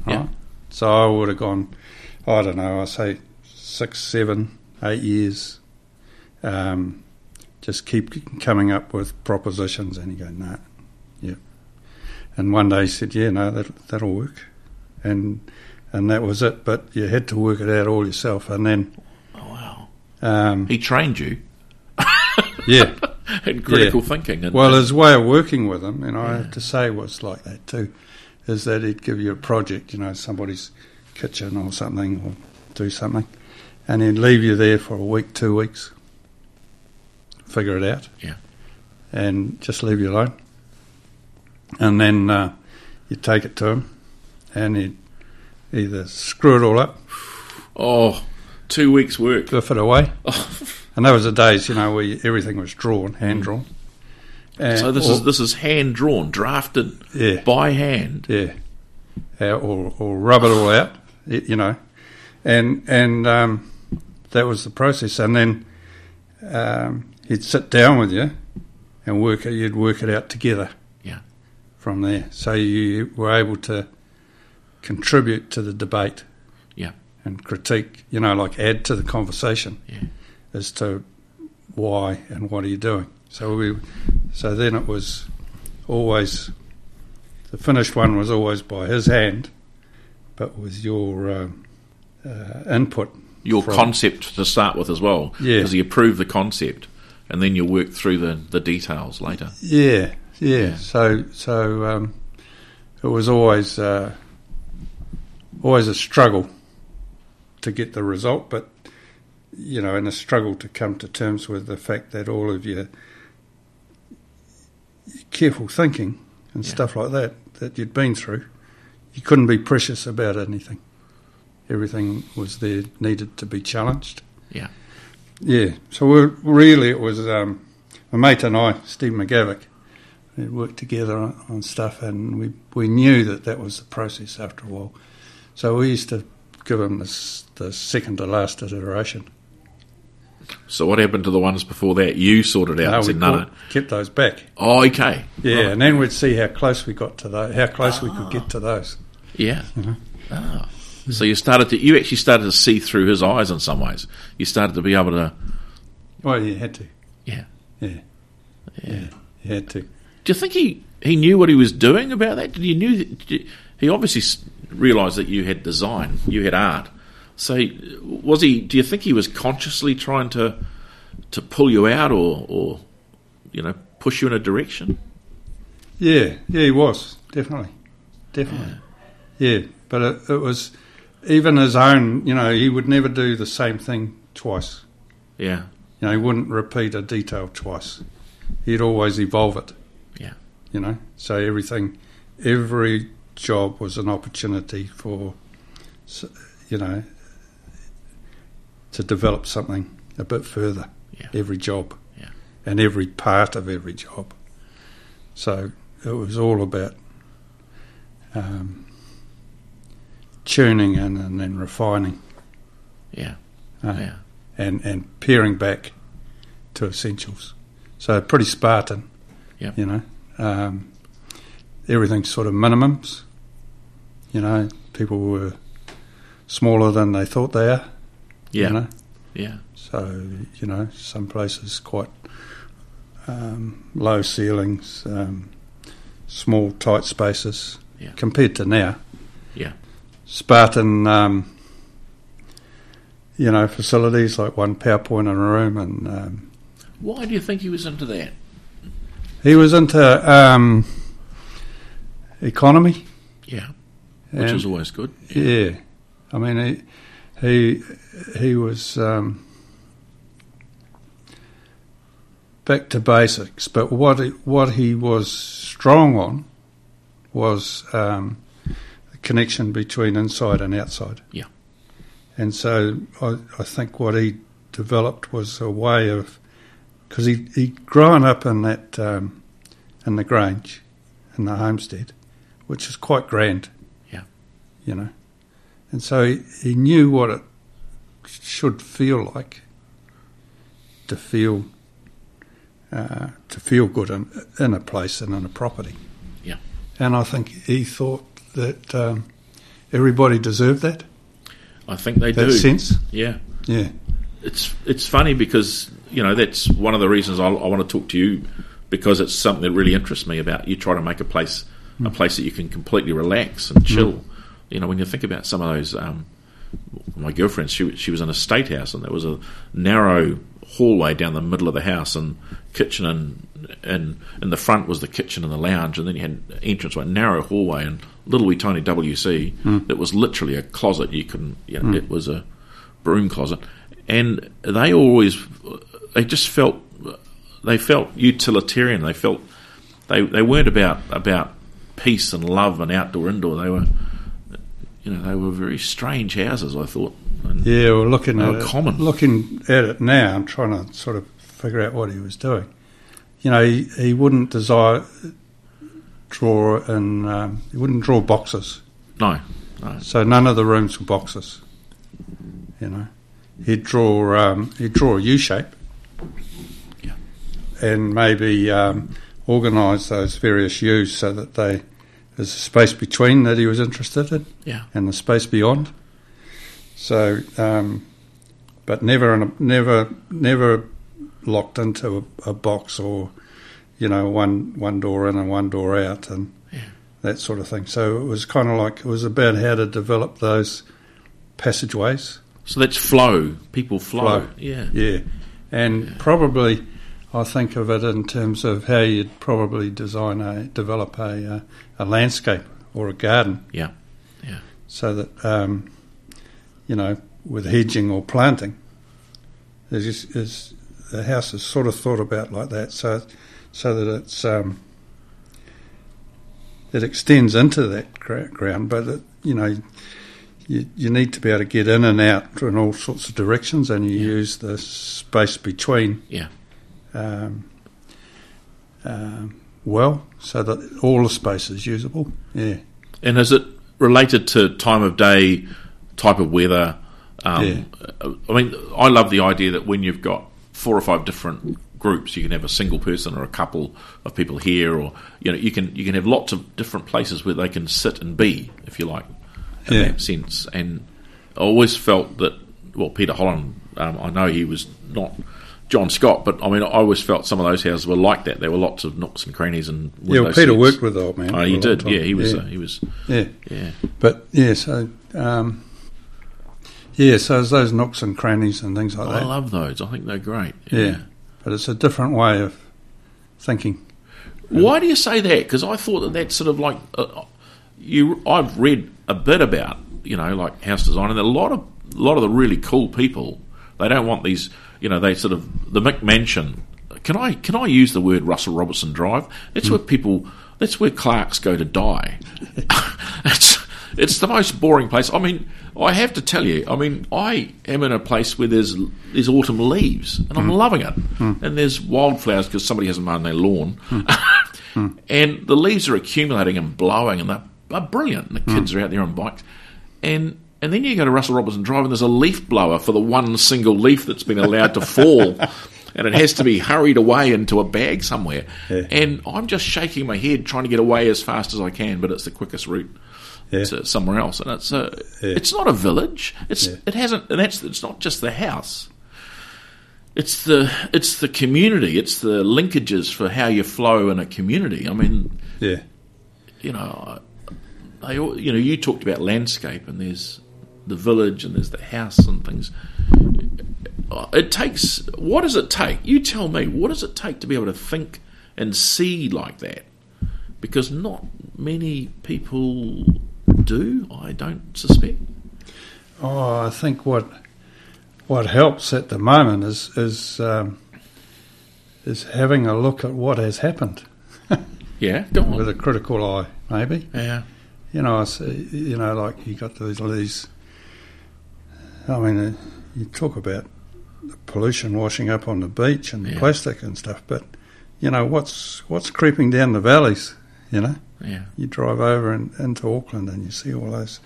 Yeah. right? So I would have gone, I don't know, I say six, seven, eight years. Um, just keep coming up with propositions, and you go, no, yeah. And one day he said, yeah, no, that that'll work, and and that was it. But you had to work it out all yourself, and then Oh wow. um, He trained you yeah. in critical thinking. And, Well, his way of working with him, and I have to say was like that too, is that he'd give you a project, you know, somebody's kitchen or something, or do something, and he'd leave you there for a week, two weeks, figure it out, Yeah. and just leave you alone, and then uh, you take it to him, and he'd either screw it all up, uh, oh, two weeks work. Oh, biff it away, and those are days, you know, where you, everything was drawn, hand drawn. And- Mm. So this or- is this is hand drawn, drafted Yeah. by hand. Yeah, uh, or or rub it all out, y- you know, and and um, that was the process. And then um, he'd sit down with you and work. it- You'd work it out together. Yeah. From there, so you were able to contribute to the debate. Yeah. And critique, you know, like add to the conversation Yeah. as to why and what are you doing. So we, so then it was always the finished one was always by his hand, but with your um, uh, input. Your From- concept to start with as well. Yeah. Because you approve the concept and then you work through the, the details later. Yeah, yeah. Yeah. So so um, it was always uh, always a struggle to get the result, but you know, in a struggle to come to terms with the fact that all of your careful thinking and Yeah. stuff like that that you'd been through, you couldn't be precious about anything. Everything was there, needed to be challenged. Yeah. Yeah. So we're, really, it was um, my mate and I, Steve McGavick, we worked together on, on stuff, and we we knew that that was the process after a while. So we used to give him the, s- the second to last iteration. So what happened to the ones before that? You sorted out and Ah, we said, no, no. bought- kept those back. Oh, okay. Yeah, Right. and then we'd see how close we got to those, how close we could get to those. Yeah. Uh-huh. Ah. So you started to, you actually started to see through his eyes in some ways. You started to be able to, Well, you had to. yeah. Yeah. Yeah. You had to. Do you think he, he knew what he was doing about that? Did he knew that, did you- he obviously realized that you had design, you had art. So he- was he? Do you think he was consciously trying to to pull you out or or you know push you in a direction? Yeah, yeah, he was definitely, definitely. Yeah, but it, it was even his own. You know, he would never do the same thing twice. Yeah, You know, he wouldn't repeat a detail twice. He'd always evolve it. Yeah. You know, so everything, every job was an opportunity for, s- you know, to develop something a bit further. Yeah. Every job. Yeah. And every part of every job. So it was all about um, tuning in and then refining yeah, Ah. yeah, and, and peering back to essentials. So pretty Spartan, Yep. you know. Um, everything's sort of minimums, you know. People were smaller than they thought they are, yeah, you know. yeah, So, you know, some places quite um, low ceilings, um, small, tight spaces Yeah. compared to now. Yeah. Spartan, um, you know, facilities like one PowerPoint in a room. And um, Why do you think he was into that? he was into um, economy. Yeah, which and- is always good. Yeah, I mean he he he was um, back to basics, but what he, what he was strong on was um, the connection between inside and outside. Yeah. and so I, I think what he developed was a way of because he he grown up in that um, in the Grange, in the homestead, which is quite grand. Yeah. you know. And so he, he knew what it should feel like to feel uh, to feel good in, in a place and in a property. Yeah. And I think he thought that um, everybody deserved that I think they that do. sense. Yeah, Yeah, it's it's funny because you know that's one of the reasons I, I want to talk to you because it's something that really interests me about you try to make a place a place that you can completely relax and chill. You know, when you think about some of those, um, my girlfriend she she was in a state house and there was a narrow hallway down the middle of the house and kitchen and and in the front was the kitchen and the lounge and then you had entrance a narrow hallway and little wee tiny WC that was literally a closet you couldn't you know, it was a broom closet, and they always they just felt they felt utilitarian. They felt they they weren't about about peace and love and outdoor indoor. They were you know they were very strange houses. I thought. And yeah. Well, looking They at were it, common. looking at it now, I'm trying to sort of figure out what he was doing. You know, he, he wouldn't desire draw and um, he wouldn't draw boxes. No, So none of the rooms were boxes. You know, he'd draw um, he'd draw a U shape, Yeah. and maybe um, organise those various U's so that they there's a space between that he was interested in, Yeah. and the space beyond. So, um, but never in a, never never locked into a, a box or you know one one door in and one door out and that sort of thing. So it was kind of like it was about how to develop those passageways. so that's flow. People flow. Flow. Yeah, Yeah, and probably I think of it in terms of how you'd probably design a develop a uh, a landscape or a garden. Yeah. Yeah. So that um, you know, with hedging or planting, is, is the house is sort of thought about like that, so so that it's um, it extends into that gra- ground, but it, you know. You, you need to be able to get in and out in all sorts of directions, and you use the space between Yeah. um, um, well, so that all the space is usable. Yeah, And is it related to time of day, type of weather? Um, I mean, I love the idea that when you've got four or five different groups, you can have a single person or a couple of people here, or you know, you can you can have lots of different places where they can sit and be, if you like, in Yeah. that sense. And I always felt that well, Peter Holland, um, I know he was not. John Scott, but I mean, I always felt some of those houses were like that. There were lots of nooks and crannies and yeah. window Well, Peter seats. worked with the old man. Oh, for a he long did. time. Yeah, he was. Yeah, Uh, he was. yeah. Yeah. but yeah, so um, yeah, so there's those nooks and crannies and things like I that. love those. I think they're great. yeah. but it's a different way of thinking. Why do you say that? Because I thought that that's sort of like uh, you. I've read a bit about you know like house design, and a lot of a lot of the really cool people they don't want these. You know, they sort of the McMansion. Can I can I use the word Russell Robertson Drive? That's where people. That's where clerks go to die. it's it's the most boring place. I mean, I have to tell you. I mean, I am in a place where there's there's autumn leaves, and I'm loving it. And there's wildflowers because somebody hasn't mown their lawn, and the leaves are accumulating and blowing, and they're they're brilliant. And the kids are out there on bikes, and and then you go to Russell Robertson Drive, and there's a leaf blower for the one single leaf that's been allowed to fall. And it has to be hurried away into a bag somewhere. And I'm just shaking my head, trying to get away as fast as I can, but it's the quickest route Yeah. to somewhere else, and it's a, it's not a village. It's it hasn't, and that's it's not just the house. It's the it's the community. It's the linkages for how you flow in a community. I mean, Yeah, you know, I- they all, you know you talked about landscape, and there's the village, and there's the house, and things. Uh, It takes what does it take? You tell me. What does it take to be able to think and see like that? Because not many people do. I don't suspect. Oh, I think what what helps at the moment is is um, is having a look at what has happened Yeah, go with on. a critical eye, maybe. Yeah, You know, I see, you know, like you got these these. I mean, uh, you talk about the pollution washing up on the beach and Yeah. plastic and stuff, but you know what's what's creeping down the valleys. You know, yeah, you drive over and, into Auckland and you see all those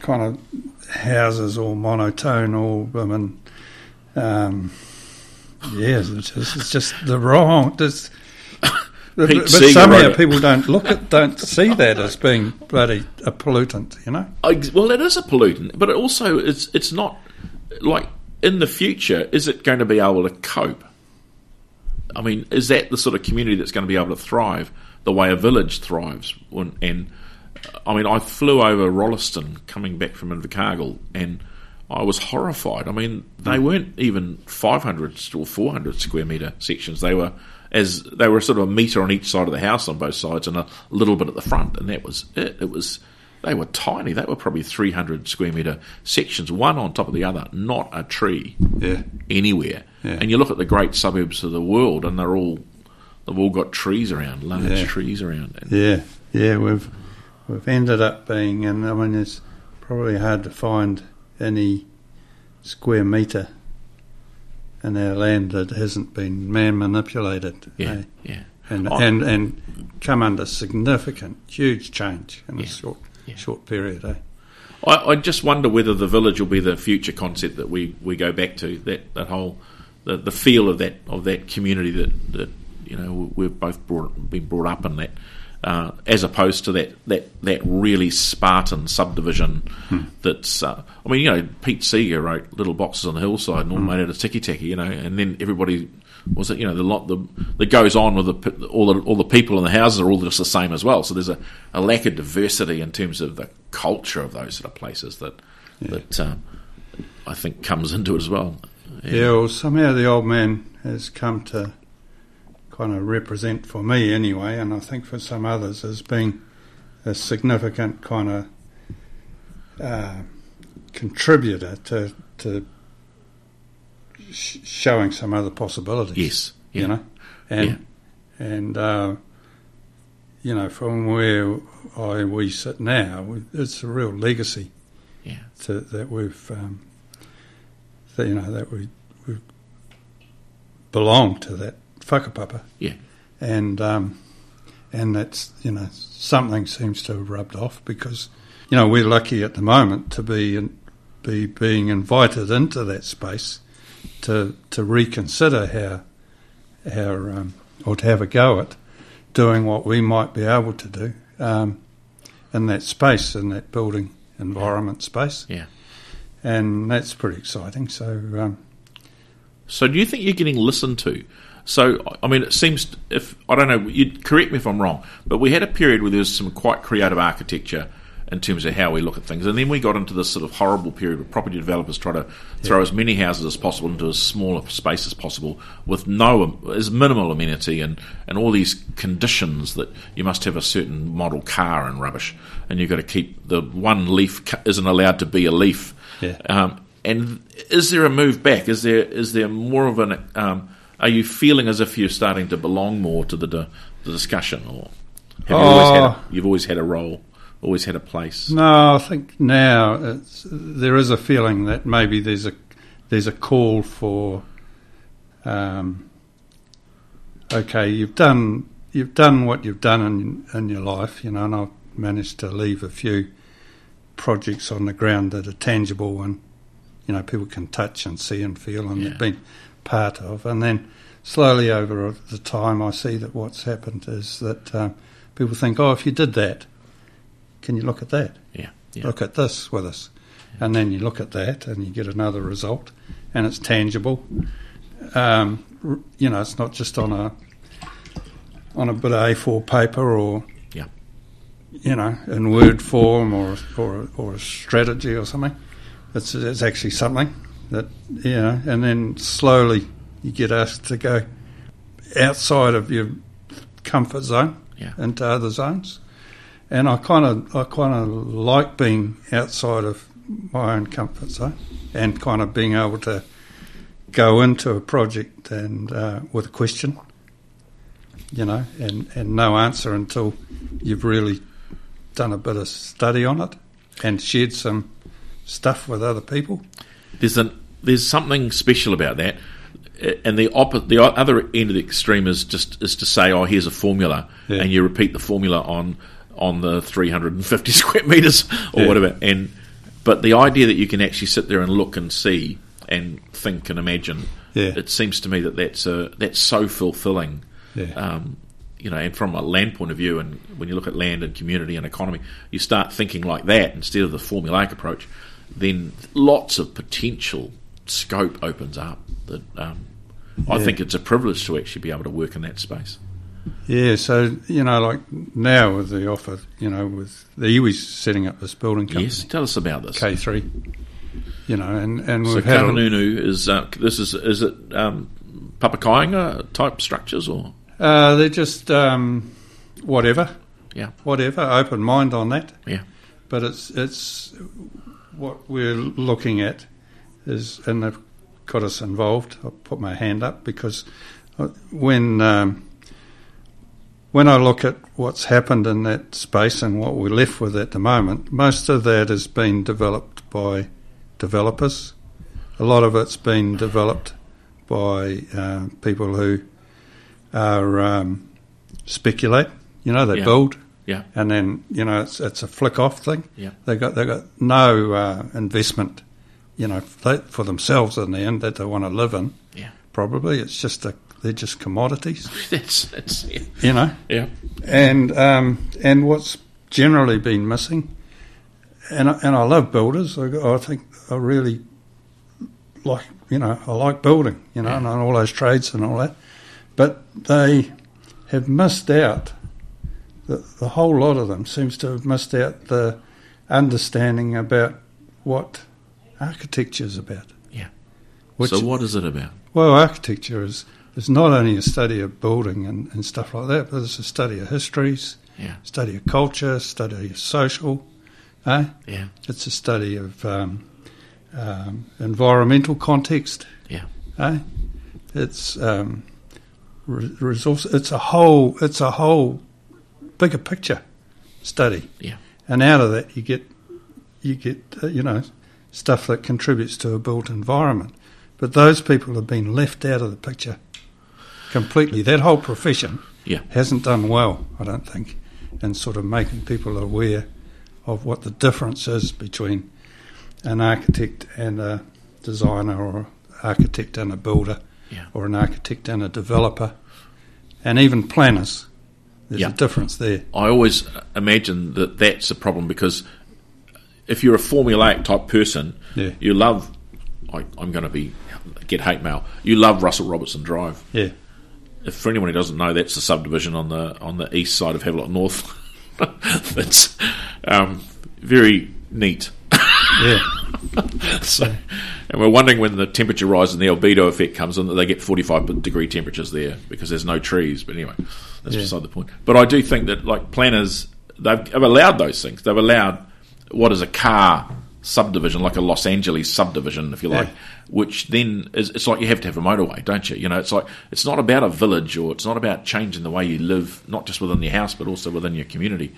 kind of houses all monotone, all I mean, um, yeah, it's just, it's just the wrong. Just, but Pete but Seeger wrote somehow it. people don't look at, don't see that as being bloody a pollutant, you know. Ex- Well, it is a pollutant, but it also it's it's not like in the future. Is it going to be able to cope? I mean, is that the sort of community that's going to be able to thrive the way a village thrives? And, and I mean, I flew over Rolleston coming back from Invercargill, and I was horrified. I mean, they weren't even 500 or 400 square meter sections. They were as they were sort of a meter on each side of the house on both sides, and a little bit at the front, and that was it. It was they were tiny. They were probably 300 square meter sections, one on top of the other, not a tree Yeah, anywhere. Yeah. And you look at the great suburbs of the world, and they're all they've all got trees around, large Yeah. trees around. And yeah, yeah. We've we've ended up being, and I mean, it's probably hard to find any square meter in our land that hasn't been man manipulated. yeah, eh? yeah, and I- and and come under significant, huge change in Yeah. a short Yeah. short period. Eh? I, I just wonder whether the village will be the future concept that we, we go back to that, that whole the, the feel of that of that community that, that you know we've both brought, been brought up in that uh, as opposed to that, that, that really Spartan subdivision Hmm. that's uh, I mean you know Pete Seeger wrote little boxes on the hillside Hmm. and all made out of ticky tacky you know and then everybody was it you know the lot the that goes on with the p- all the all the people in the houses are all just the same as well. So there's a, a lack of diversity in terms of the culture of those sort of places that that um, I think comes into it as well. Yeah. well, somehow the old man has come to kind of represent for me anyway, and I think for some others as being a significant kind of uh, contributor to to sh- showing some other possibilities. Yes. Yeah. you know, and and uh, you know from where I we sit now, it's a real legacy Yeah. to, that we've um, that, you know that we we belong to that whakapapa. Yeah. and um, and that's you know something seems to have rubbed off because you know we're lucky at the moment to be in, be being invited into that space to to reconsider how how um, or to have a go at doing what we might be able to do um, in that space in that building environment space Yeah. and that's pretty exciting so um, So do you think you're getting listened to? So I- I mean, it seems if I don't know, you correct me if I'm wrong, but we had a period where there was some quite creative architecture in terms of how we look at things, and then we got into this sort of horrible period where property developers try to throw as many houses as possible into as small a space as possible with no as minimal amenity and and all these conditions that you must have a certain model car and rubbish, and you've got to keep the one leaf cu- isn't allowed to be a leaf. Yeah. Um, and is there a move back? Is there is there more of an? Um, are you feeling as if you're starting to belong more to the the, the discussion, or have you always had a, you've always had a role, always had a place? No, I think now it's, there is a feeling that maybe there's a there's a call for. Um, okay, you've done you've done what you've done in in your life, you know, and I've managed to leave a few projects on the ground that are tangible and you know people can touch and see and feel and Yeah. been part of, and then slowly over the time, I see that what's happened is that um, people think, oh, if you did that, can you look at that? Yeah, yeah, look at this with us. And then you look at that and you get another result and it's tangible. Um, r- you know, it's not just on a on a bit of A4 paper or Yeah. you know, in word form or or or a strategy or something. It's it's actually something that you know, and then slowly you get asked to go outside of your comfort zone Yeah. into other zones. And I kind of I kind of like being outside of my own comfort zone and kind of being able to go into a project and uh, with a question, you know, and, and no answer until you've really done a bit of study on it and shared some stuff with other people. There's an there's something special about that, and the oppo- the o- other end of the extreme is just is to say, oh, here's a formula, Yeah. and you repeat the formula on on the 350 square meters or Yeah. whatever. And but the idea that you can actually sit there and look and see and think and imagine, Yeah. it seems to me that that's a that's so fulfilling. Yeah. Um, you know, and from a land point of view, and when you look at land and community and economy, you start thinking like that instead of the formulaic approach. Then lots of potential scope opens up. That um, I Yeah. think it's a privilege to actually be able to work in that space. Yeah, so you know, like now with the offer, you know, with the Iwi's setting up this building company, Yes, tell us about this. K three, you know, and and So we've had a, Kahanunu is uh, this is is it um, Papakāinga type structures or uh, they're just um, whatever, Yeah. whatever, open mind on that. yeah but it's it's what we're looking at is, and they've got us involved. I put my hand up because uh, when um, when I look at what's happened in that space and what we're left with at the moment, most of that has been developed by developers. A lot of it's been developed by uh, people who are um, speculate. You know, they Yeah. build yeah and then you know it's it's a flick off thing. Yeah. They got they got no uh, investment, you know, for for themselves in the end that they want to live in. Yeah. Probably it's just a they're just commodities, that's that's yeah you know. yeah And um, and what's generally been missing, and I, and I love builders. I, "Oh, I think I really like you know I like building, you know, and all those trades and all that, but they have missed out. The, the whole lot of them seems to have missed out the understanding about what architecture is about. Yeah. Which, so what is it about well, architecture is, is not only a study of building and, and stuff like that, but it's a study of histories, Yeah. study of culture, study of social. Eh? Yeah. It's a study of um, um, environmental context. Yeah. eh? eh? It's um, re- resource. It's a whole. It's a whole bigger picture study. Yeah. And out of that, you get you get uh, you know stuff that contributes to a built environment. But those people have been left out of the picture completely. That whole profession Yeah. hasn't done well, I don't think, in sort of making people aware of what the difference is between an architect and a designer or architect and a builder Yeah. or an architect and a developer and even planners. There's Yeah. a difference there. I always imagine that that's a problem because if you're a formulaic type person, Yeah. you love. I, I'm going to be get hate mail. You love Russell Robertson Drive. Yeah. If for anyone who doesn't know, that's the subdivision on the on the east side of Havelock North. That's um, very neat. Yeah. So, and we're wondering when the temperature rise and the albedo effect comes in that they get 45 degree temperatures there because there's no trees. But anyway, that's beside the point. But I do think that like planners, they've, have allowed those things. They've allowed what is a car subdivision, like a Los Angeles subdivision, if you like, Yeah. which then is it's like you have to have a motorway, don't you? You know, it's like it's not about a village or it's not about changing the way you live, not just within your house but also within your community.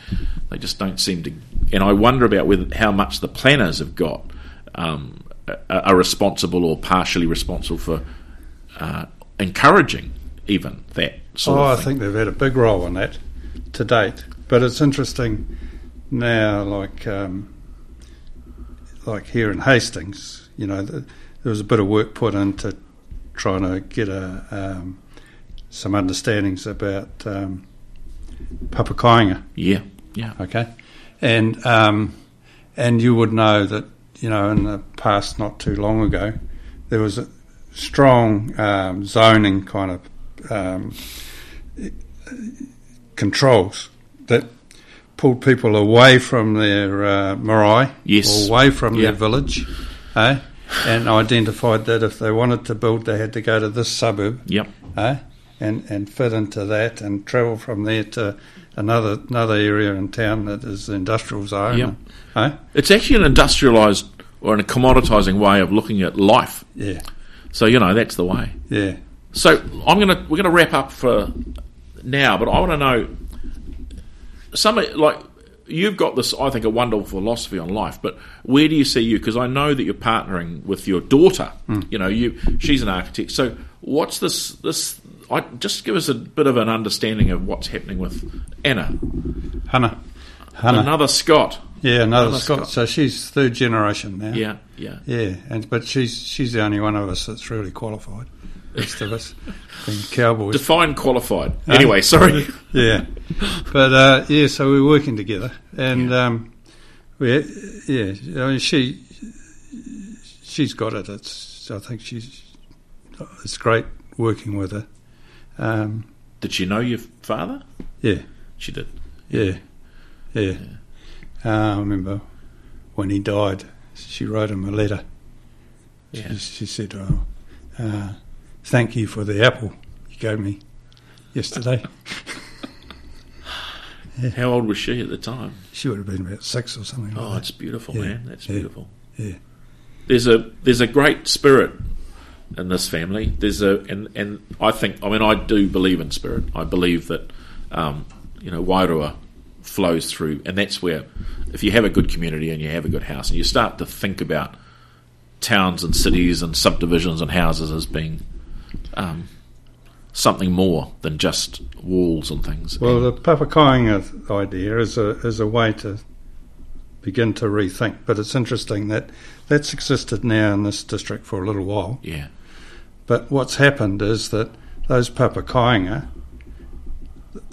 They just don't seem to. And I wonder about whether how much the planners have got um, are- are responsible or partially responsible for uh, encouraging even that sort oh, I of thing. think they've had a big role in that to date. But it's interesting now, like um, like here in Hastings, you know, th there was a bit of work put into trying to get a um, some understandings about um, Papakāinga, yeah, yeah, okay, and um, and you would know that you know in the past, not too long ago, there was a strong um, zoning kind of um, controls that pulled people away from their uh, marae, Yes. or away from Yeah. their village, eh? and identified that if they wanted to build, they had to go to this suburb, yep, eh? and and fit into that and travel from there to another another area in town that is the industrial zone, Yep. eh? It's actually an industrialized or a commoditizing way of looking at life. yeah, So you know that's the way. yeah, So I'm gonna we're gonna wrap up for now, but I want to know some like you've got this. I think a wonderful philosophy on life, but where do you see you? Because I know that you're partnering with your daughter. You know, you she's an architect. So what's this this? I, just give us a bit of an understanding of what's happening with Anna, Hannah, Hannah, another Scott. yeah, another, Scot. Scot. So she's third generation now. Yeah, yeah, Yeah, and but she's she's the only one of us that's really qualified. Rest of us being cowboys. Define qualified. Anyway, sorry. Yeah, but uh, yeah, so we're working together, and um, we yeah, I mean she she's got it. It's I think she's it's great working with her. Um, Did she know your father? yeah, She did. yeah, yeah. Uh, I remember when he died, she wrote him a letter. Yeah. She, she said, oh, uh, "Thank you for the apple you gave me yesterday." How old was she at the time? she would have been about six or something. Oh, like it's beautiful, Yeah. man. That's Yeah. beautiful. Yeah. There's a there's a great spirit in this family. There's a and and I think I mean I do believe in spirit. I believe that um, you know Wairua flows through, and that's where if you have a good community and you have a good house, and you start to think about towns and cities and subdivisions and houses as being um, something more than just walls and things. Well, the Papakāinga idea is a is a way to begin to rethink. But it's interesting that that's existed now in this district for a little while. yeah, But what's happened is that those Papakāinga,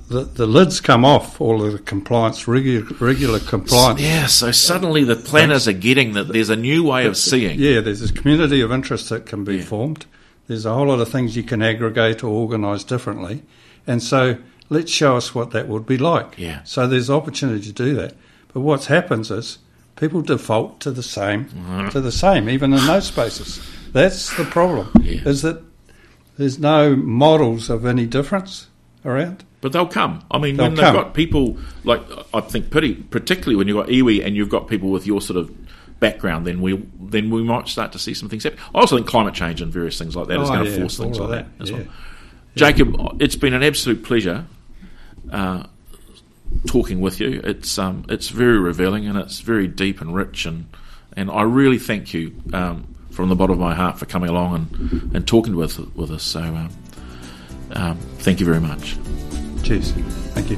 the the lids come off all of the compliance regular regular compliance. Yeah, so suddenly the planners are getting that there's a new way of seeing. Yeah, there's this community of interest that can be Yeah. formed. There's a whole lot of things you can aggregate or organise differently. And so let's show us what that would be like. Yeah. So there's opportunity to do that. But what happens is people default to the same, Mm-hmm. to the same, even in those spaces. That's the problem, Yeah. is that there's no models of any difference around. But they'll come. I mean, They'll when come. they've got people like I think pretty particularly when you've got iwi and you've got people with your sort of background, then we then we might start to see some things happen. I also think climate change and various things like that is Oh, going to yeah, force things all like of that, that, as yeah. well. Jacob, it's been an absolute pleasure uh, talking with you. It's um, it's very revealing and it's very deep and rich and and I really thank you um, from the bottom of my heart for coming along and, and talking with with us. So um, um, thank you very much. Cheers. Thank you.